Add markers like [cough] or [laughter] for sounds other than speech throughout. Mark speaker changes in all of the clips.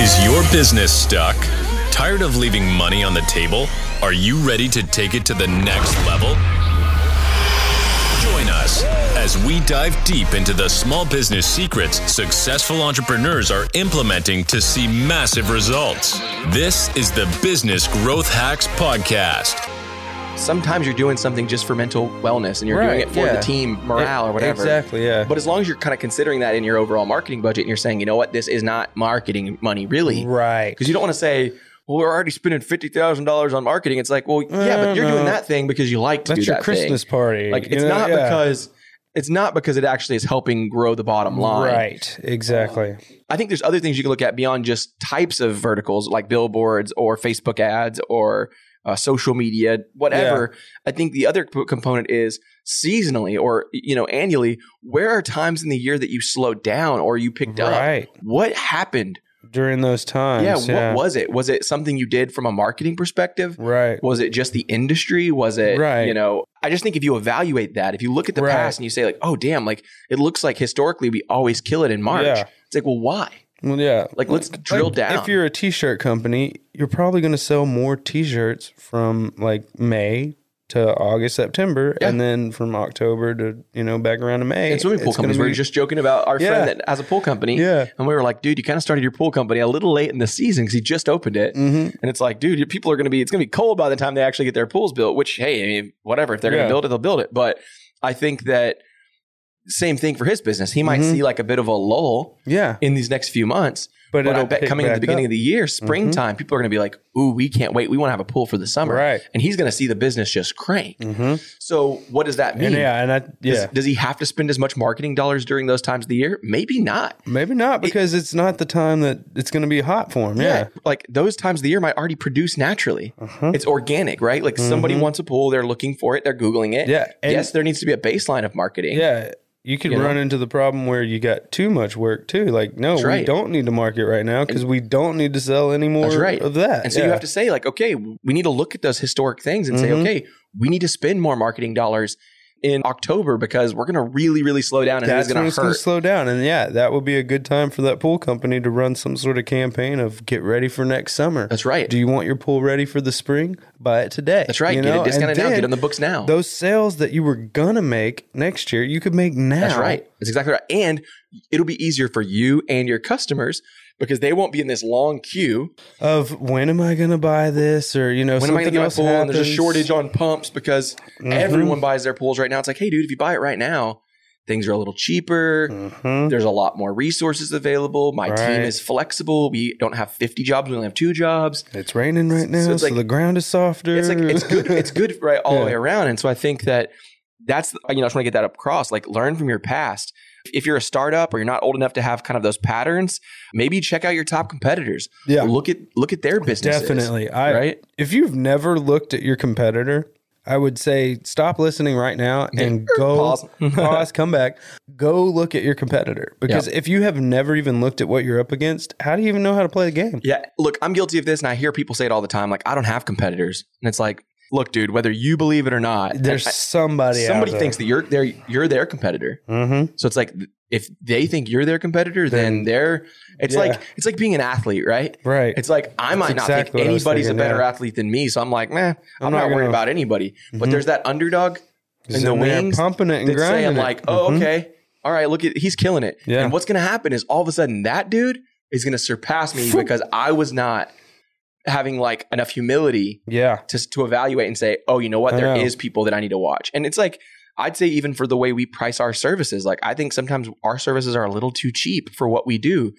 Speaker 1: Is your business stuck? Tired of leaving money on the table? Are you ready to take it to the next level? Join us as we dive deep into the small business secrets successful entrepreneurs are implementing to see massive results. This is the Business Growth Hacks Podcast.
Speaker 2: sometimes you're doing something just for mental wellness and you're doing
Speaker 3: Right,
Speaker 2: it for
Speaker 3: yeah.
Speaker 2: the team morale
Speaker 3: E-
Speaker 2: or whatever.
Speaker 3: Exactly, yeah.
Speaker 2: But as long as you're kind of considering that in your overall marketing budget and you're saying, you know what, this is not marketing money really.
Speaker 3: right.
Speaker 2: Because you don't want to say, well, we're already spending $50,000 on marketing. It's like, well, yeah, but you're
Speaker 3: no.
Speaker 2: doing that thing because you like to do
Speaker 3: That's your
Speaker 2: that
Speaker 3: Christmas
Speaker 2: thing.
Speaker 3: party.
Speaker 2: Like
Speaker 3: you
Speaker 2: it's
Speaker 3: know,
Speaker 2: not
Speaker 3: yeah.
Speaker 2: because it's not because it actually is helping grow the bottom line.
Speaker 3: Right. Exactly.
Speaker 2: I think there's other things you can look at beyond just types of verticals like billboards or Facebook ads or uh, social media, whatever. I think the other p- component is seasonally or you know annually. Where are times in the year that you slowed down or you picked up?
Speaker 3: Right.
Speaker 2: What happened?
Speaker 3: During those times.
Speaker 2: yeah,
Speaker 3: Yeah.
Speaker 2: what was it? Was it something you did from a marketing perspective?
Speaker 3: Right.
Speaker 2: Was it just the industry? Was it
Speaker 3: Right.
Speaker 2: you know? I just think if you evaluate that, if you look at the
Speaker 3: Right.
Speaker 2: past and you say like, oh damn, like it looks like historically we always kill it in March.
Speaker 3: Yeah.
Speaker 2: It's like, well, why?
Speaker 3: Well, yeah.
Speaker 2: Like, let's drill down.
Speaker 3: If you're a t-shirt company, you're probably going to sell more t-shirts from like May to August, September,
Speaker 2: Yeah.
Speaker 3: and then from October to you know back around to May.
Speaker 2: and swimming pool
Speaker 3: it's gonna
Speaker 2: companies. we were
Speaker 3: be-
Speaker 2: just joking about our
Speaker 3: Yeah.
Speaker 2: friend that has a pool company.
Speaker 3: Yeah.
Speaker 2: And we were like, dude, you kind of started your pool company a little late in the season because he just opened it.
Speaker 3: Mhm.
Speaker 2: And it's like, dude, your people are going to be, it's going to be cold by the time they actually get their pools built, which, hey, I mean, whatever. If they're going
Speaker 3: Yeah.
Speaker 2: to build it, they'll build it. But I think that same thing for his business. He might
Speaker 3: Mhm.
Speaker 2: see like a bit of a lull
Speaker 3: yeah,
Speaker 2: in these next few months.
Speaker 3: but,
Speaker 2: But I
Speaker 3: it'll
Speaker 2: bet
Speaker 3: pick
Speaker 2: coming at
Speaker 3: back
Speaker 2: the beginning
Speaker 3: up. Mm-hmm.
Speaker 2: of the year, springtime, people are going to be like, ooh, we can't wait. We want to have a pool for the summer.
Speaker 3: Right.
Speaker 2: And he's going to see the business just crank.
Speaker 3: Mhm.
Speaker 2: So what does that mean?
Speaker 3: And yeah, and I
Speaker 2: Does,
Speaker 3: yeah,
Speaker 2: does he have to spend as much marketing dollars during those times of the year? Maybe not.
Speaker 3: maybe not because it's not the time that it's going to be hot for him. Yeah.
Speaker 2: Like those times of the year might already produce naturally.
Speaker 3: Uh-huh. Mm-hmm.
Speaker 2: It's organic, right? Like somebody wants a pool, they're looking for it, they're Googling it.
Speaker 3: Yeah, and-
Speaker 2: yes, there needs to be a baseline of marketing.
Speaker 3: Yeah. You could
Speaker 2: You know?
Speaker 3: run into the problem where you got too much work too. Like, no, we
Speaker 2: right.
Speaker 3: don't need to market right now because we don't need to sell any more
Speaker 2: That's right.
Speaker 3: of that.
Speaker 2: And so you
Speaker 3: Yeah.
Speaker 2: have to say, like, okay, we need to look at those historic things and
Speaker 3: Mhm.
Speaker 2: say, okay, we need to spend more marketing dollars in October because we're going to really, really slow down and
Speaker 3: That's
Speaker 2: it's
Speaker 3: when
Speaker 2: going
Speaker 3: it's
Speaker 2: to
Speaker 3: going
Speaker 2: hurt.
Speaker 3: to slow down. And yeah, that would be a good time for that pool company to run some sort of campaign of get ready for next summer.
Speaker 2: That's right.
Speaker 3: Do you want your pool ready for the spring? Buy it today.
Speaker 2: That's right.
Speaker 3: You
Speaker 2: Get
Speaker 3: know?
Speaker 2: it
Speaker 3: And
Speaker 2: discounted now. Get
Speaker 3: then
Speaker 2: on the books now.
Speaker 3: Those sales that you were going to make next year, you could make now.
Speaker 2: That's right. That's exactly right. And it'll be easier for you and your customers because they won't be in this long queue.
Speaker 3: Of when am I going to buy this? Or, you know,
Speaker 2: When am I going to
Speaker 3: something
Speaker 2: get my
Speaker 3: else
Speaker 2: pool? And there's a
Speaker 3: happens. Mm-hmm.
Speaker 2: shortage on pumps because everyone buys their pools right now. It's like, hey, dude, if you buy it right now, things are a little cheaper.
Speaker 3: Mhm.
Speaker 2: There's a lot more resources available. My team
Speaker 3: Right.
Speaker 2: is flexible. We don't have 50 jobs. We only have two jobs.
Speaker 3: It's raining right now, so,
Speaker 2: it's like-
Speaker 3: the ground is softer.
Speaker 2: It's like it's good.
Speaker 3: [laughs]
Speaker 2: It's good right all the
Speaker 3: Yeah.
Speaker 2: way around. And so I think that that's you know I just want to get that across. Like learn from your past. If you're a startup or you're not old enough to have kind of those patterns, maybe check out your top competitors.
Speaker 3: Yeah.
Speaker 2: look at look at their businesses.
Speaker 3: Definitely. I,
Speaker 2: right?
Speaker 3: If you've never looked at your competitor, I would say stop listening right now
Speaker 2: [laughs]
Speaker 3: and go
Speaker 2: Pause.
Speaker 3: [laughs] pause, come back, go look at your competitor. Because if you have never even looked at what you're up against, how do you even know how to play the game?
Speaker 2: Yeah, look, I'm guilty of this, and I hear people say it all the time. Like I don't have competitors, and it's like, look, dude, whether you believe it or not,
Speaker 3: There's
Speaker 2: I-
Speaker 3: somebody.
Speaker 2: somebody thinks that you're their you're their competitor.
Speaker 3: Mm-hmm.
Speaker 2: So it's like if they think you're their competitor, then, they're it's
Speaker 3: yeah.
Speaker 2: like it's like being an athlete, right?
Speaker 3: Right.
Speaker 2: It's like I might not
Speaker 3: exactly
Speaker 2: think
Speaker 3: what I was
Speaker 2: anybody's
Speaker 3: thinking,
Speaker 2: a better
Speaker 3: yeah.
Speaker 2: athlete than me, so I'm like, meh, I'm, not, worried
Speaker 3: I'm not gonna- Mm-hmm.
Speaker 2: about anybody. But there's that underdog in the
Speaker 3: Sitting there
Speaker 2: wings
Speaker 3: pumping it and
Speaker 2: that's
Speaker 3: grinding.
Speaker 2: saying
Speaker 3: it.
Speaker 2: like, oh,
Speaker 3: Mhm.
Speaker 2: okay, all right, look at he's killing it.
Speaker 3: Yeah.
Speaker 2: And what's gonna happen is all of a sudden that dude is gonna surpass me because I was not having like enough humility
Speaker 3: Yeah.
Speaker 2: to, to evaluate and say, oh, you know what?
Speaker 3: I
Speaker 2: There
Speaker 3: know.
Speaker 2: is people that I need to watch. And it's like, I'd say even for the way we price our services, like I think sometimes our services are a little too cheap for what we do.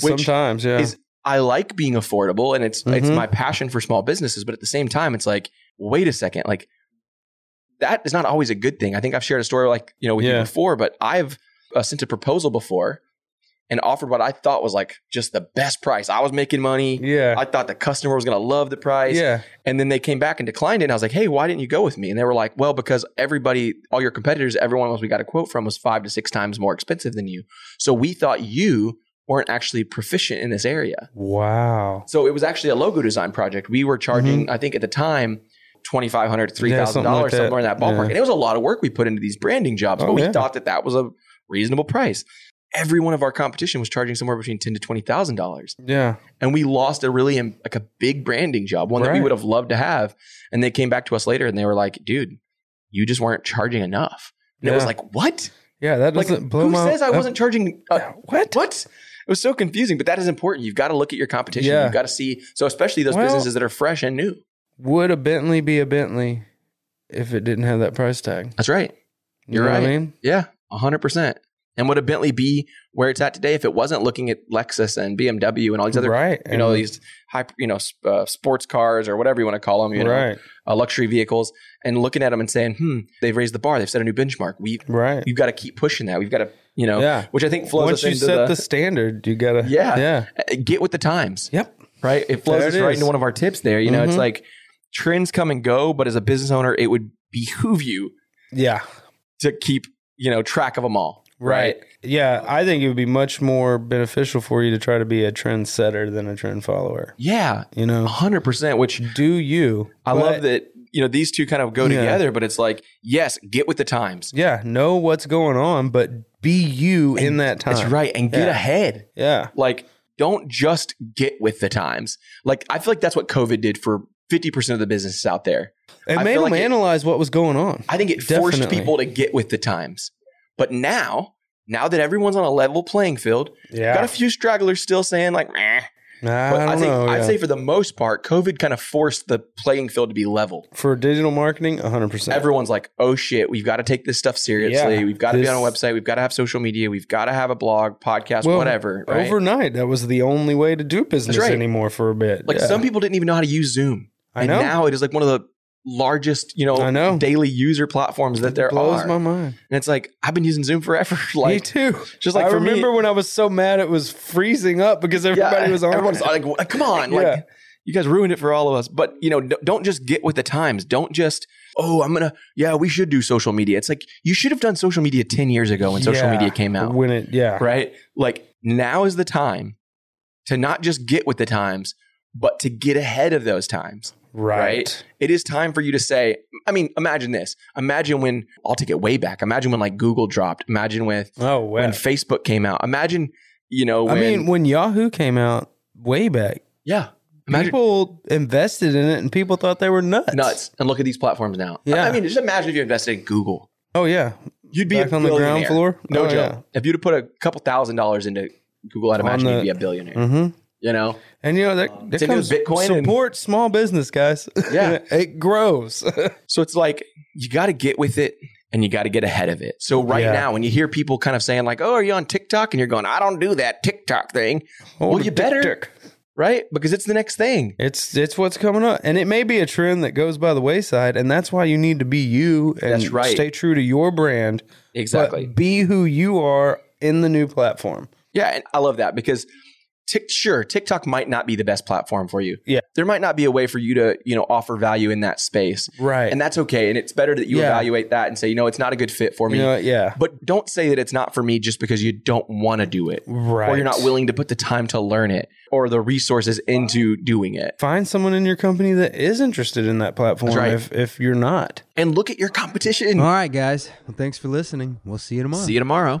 Speaker 2: Which
Speaker 3: Sometimes, yeah.
Speaker 2: is I like being affordable and it's it's
Speaker 3: Mhm.
Speaker 2: my passion for small businesses, but at the same time, it's like, wait a second, like that is not always a good thing. I think I've shared a story like, you know, with you
Speaker 3: Yeah.
Speaker 2: before, but I've uh, sent a proposal before and offered what I thought was like just the best price. I was making money.
Speaker 3: Yeah.
Speaker 2: I thought the customer was going to love the price.
Speaker 3: yeah.
Speaker 2: And then they came back and declined it. And I was like, hey, why didn't you go with me? And they were like, well, because everybody, all your competitors, everyone else we got a quote from was five to six times more expensive than you. So we thought you weren't actually proficient in this area.
Speaker 3: Wow.
Speaker 2: So it was actually a logo design project. We were charging, I think at the time, $2,500, $3,000,
Speaker 3: Mm-hmm. Yeah, something
Speaker 2: somewhere
Speaker 3: like that.
Speaker 2: in that ballpark.
Speaker 3: Yeah.
Speaker 2: And it was a lot of work we put into these branding jobs,
Speaker 3: Oh,
Speaker 2: but we
Speaker 3: yeah.
Speaker 2: thought that that was a reasonable price. every one of our competition was charging somewhere between ten to twenty thousand dollars,
Speaker 3: Yeah.
Speaker 2: and we lost a really im- like a big branding job, one that we
Speaker 3: Right.
Speaker 2: would have loved to have. And they came back to us later and they were like, "Dude, you just weren't charging enough." And it was
Speaker 3: Yeah.
Speaker 2: like, "What?
Speaker 3: Yeah. That
Speaker 2: Like,
Speaker 3: doesn't blow
Speaker 2: who
Speaker 3: my
Speaker 2: says I
Speaker 3: uh,
Speaker 2: wasn't charging? Uh,
Speaker 3: what?
Speaker 2: what?" It was so confusing, but that is important. You've got to look at your competition.
Speaker 3: Yeah.
Speaker 2: You've got to see. So especially those
Speaker 3: Well-
Speaker 2: businesses that are fresh and new.
Speaker 3: Would a Bentley be a Bentley if it didn't have that price tag?
Speaker 2: That's right.
Speaker 3: You
Speaker 2: You're
Speaker 3: know What
Speaker 2: right.
Speaker 3: I mean?
Speaker 2: Yeah, 100%. And would a Bentley be where it's at today if it wasn't looking at Lexus and BMW and all these other,
Speaker 3: right.
Speaker 2: you know,
Speaker 3: and-
Speaker 2: these high, you know, s- uh, sports cars or whatever you want to call them, you know,
Speaker 3: right.
Speaker 2: uh, luxury vehicles, and looking at them and saying, hmm, they've raised the bar, they've set a new benchmark. We,
Speaker 3: Right.
Speaker 2: we've got to keep pushing that. We've got to, you know,
Speaker 3: Yeah.
Speaker 2: which I think flows
Speaker 3: Once
Speaker 2: us
Speaker 3: you
Speaker 2: into
Speaker 3: set the,
Speaker 2: the,
Speaker 3: standard, you gotta.
Speaker 2: [laughs] Yeah.
Speaker 3: Yeah.
Speaker 2: uh, get with the times,
Speaker 3: Yep.
Speaker 2: right? It flows
Speaker 3: There
Speaker 2: us
Speaker 3: it
Speaker 2: right
Speaker 3: is.
Speaker 2: into one of our tips there. You know, it's
Speaker 3: Mhm.
Speaker 2: like trends come and go, but as a business owner, it would behoove you
Speaker 3: Yeah.
Speaker 2: to keep, you know, track of them all.
Speaker 3: Right. Yeah. I think it would be much more beneficial for you to try to be a trendsetter than a trend follower.
Speaker 2: Yeah,
Speaker 3: You know,
Speaker 2: 100%, which
Speaker 3: do you?
Speaker 2: Oh, I
Speaker 3: but-
Speaker 2: love that you know these two kind of go
Speaker 3: Yeah.
Speaker 2: together, but it's like yes, get with the times.
Speaker 3: Yeah. Know what's going on, but be you in that time.
Speaker 2: That's right, and get
Speaker 3: Yeah.
Speaker 2: ahead.
Speaker 3: Yeah.
Speaker 2: Like don't just get with the times. Like I feel like that's what COVID did for fifty percent of the businesses out there.
Speaker 3: It
Speaker 2: I
Speaker 3: made
Speaker 2: feel
Speaker 3: them
Speaker 2: like it-
Speaker 3: analyze what was going on.
Speaker 2: I think it forced
Speaker 3: Definitely.
Speaker 2: people to get with the times. But now, now that everyone's on a level playing field,
Speaker 3: Yeah.
Speaker 2: got a few stragglers still saying like, "Meh."
Speaker 3: I,
Speaker 2: but
Speaker 3: don't
Speaker 2: I, think
Speaker 3: know.
Speaker 2: I'd
Speaker 3: yeah.
Speaker 2: say for the most part, COVID kind of forced the playing field to be leveled.
Speaker 3: for digital marketing, 100%.
Speaker 2: everyone's like, oh shit, we've got to take this stuff seriously.
Speaker 3: Yeah.
Speaker 2: we've got to be
Speaker 3: This-
Speaker 2: on a website. We've got to have social media. We've got to have a blog, podcast,
Speaker 3: Well,
Speaker 2: whatever. Right?
Speaker 3: Overnight, that was the only way to do business
Speaker 2: right.
Speaker 3: anymore for a bit.
Speaker 2: like
Speaker 3: Yeah.
Speaker 2: some people didn't even know how to use Zoom.
Speaker 3: I
Speaker 2: and
Speaker 3: know.
Speaker 2: now it is like one of the largest, you know,
Speaker 3: I know.
Speaker 2: daily user platforms that there
Speaker 3: it blows
Speaker 2: are.
Speaker 3: my mind.
Speaker 2: and it's like, I've been using Zoom forever. [laughs] like
Speaker 3: me too.
Speaker 2: just like
Speaker 3: I
Speaker 2: for me-
Speaker 3: remember when I was so mad it was freezing up because
Speaker 2: yeah,
Speaker 3: everybody was on.
Speaker 2: Everyone's
Speaker 3: it.
Speaker 2: like, "What- come on. Like
Speaker 3: Yeah.
Speaker 2: you guys ruined it for all of us. But you know, d- don't just get with the times. Don't just Oh, I'm gonna. Yeah, we should do social media. It's like you should have done social media ten years ago when social
Speaker 3: Yeah.
Speaker 2: media came out.
Speaker 3: When it, yeah,
Speaker 2: right? Like now is the time to not just get with the times, but to get ahead of those times,
Speaker 3: right.
Speaker 2: right? It is time for you to say, I mean, imagine this. Imagine when, I'll take it way back. Imagine when like Google dropped. Imagine with,
Speaker 3: Oh wow.
Speaker 2: when Facebook came out. Imagine, you know, when,
Speaker 3: I mean, when Yahoo came out way back,
Speaker 2: yeah. Imagine
Speaker 3: people invested in it and people thought they were nuts.
Speaker 2: nuts. And look at these platforms now.
Speaker 3: Yeah.
Speaker 2: I mean, just imagine if you invested in Google.
Speaker 3: Oh yeah,
Speaker 2: You'd be
Speaker 3: back
Speaker 2: a
Speaker 3: on the ground
Speaker 2: billionaire.
Speaker 3: floor.
Speaker 2: No
Speaker 3: oh,
Speaker 2: joke. If you'd have put a couple thousand dollars into Google, I'd
Speaker 3: On
Speaker 2: imagine
Speaker 3: the-
Speaker 2: you'd be a billionaire.
Speaker 3: Mm-hmm.
Speaker 2: You know?
Speaker 3: And you know that, that
Speaker 2: same thing
Speaker 3: comes
Speaker 2: with Bitcoin and-
Speaker 3: support small business guys.
Speaker 2: Yeah.
Speaker 3: [laughs] it grows.
Speaker 2: So it's like you got to get with it and you got to get ahead of it. So right
Speaker 3: Yeah.
Speaker 2: now, when you hear people kind of saying like, "Oh, are you on TikTok?" and you're going, "I don't do that TikTok thing,"
Speaker 3: Hold [laughs]
Speaker 2: you
Speaker 3: a
Speaker 2: better.
Speaker 3: tick-tick.
Speaker 2: right? Because it's the next thing.
Speaker 3: It's it's what's coming up, and it may be a trend that goes by the wayside, and that's why you need to be you and
Speaker 2: That's right.
Speaker 3: stay true to your brand.
Speaker 2: Exactly.
Speaker 3: but be who you are in the new platform.
Speaker 2: yeah, and I love that because. Tik, sure, TikTok might not be the best platform for you.
Speaker 3: Yeah.
Speaker 2: there might not be a way for you to, you know, offer value in that space,
Speaker 3: Right.
Speaker 2: and that's okay. And it's better that you
Speaker 3: Yeah.
Speaker 2: evaluate that and say, you know, it's not a good fit for me.
Speaker 3: you know, yeah.
Speaker 2: But don't say that it's not for me just because you don't want to do it,
Speaker 3: Right.
Speaker 2: or you're not willing to put the time to learn it, or the resources into doing it.
Speaker 3: Find someone in your company that is interested in that platform
Speaker 2: That's right.
Speaker 3: if, if you're not.
Speaker 2: and look at your competition.
Speaker 3: All right, guys. Well, thanks for listening. We'll see you tomorrow.
Speaker 2: See you tomorrow.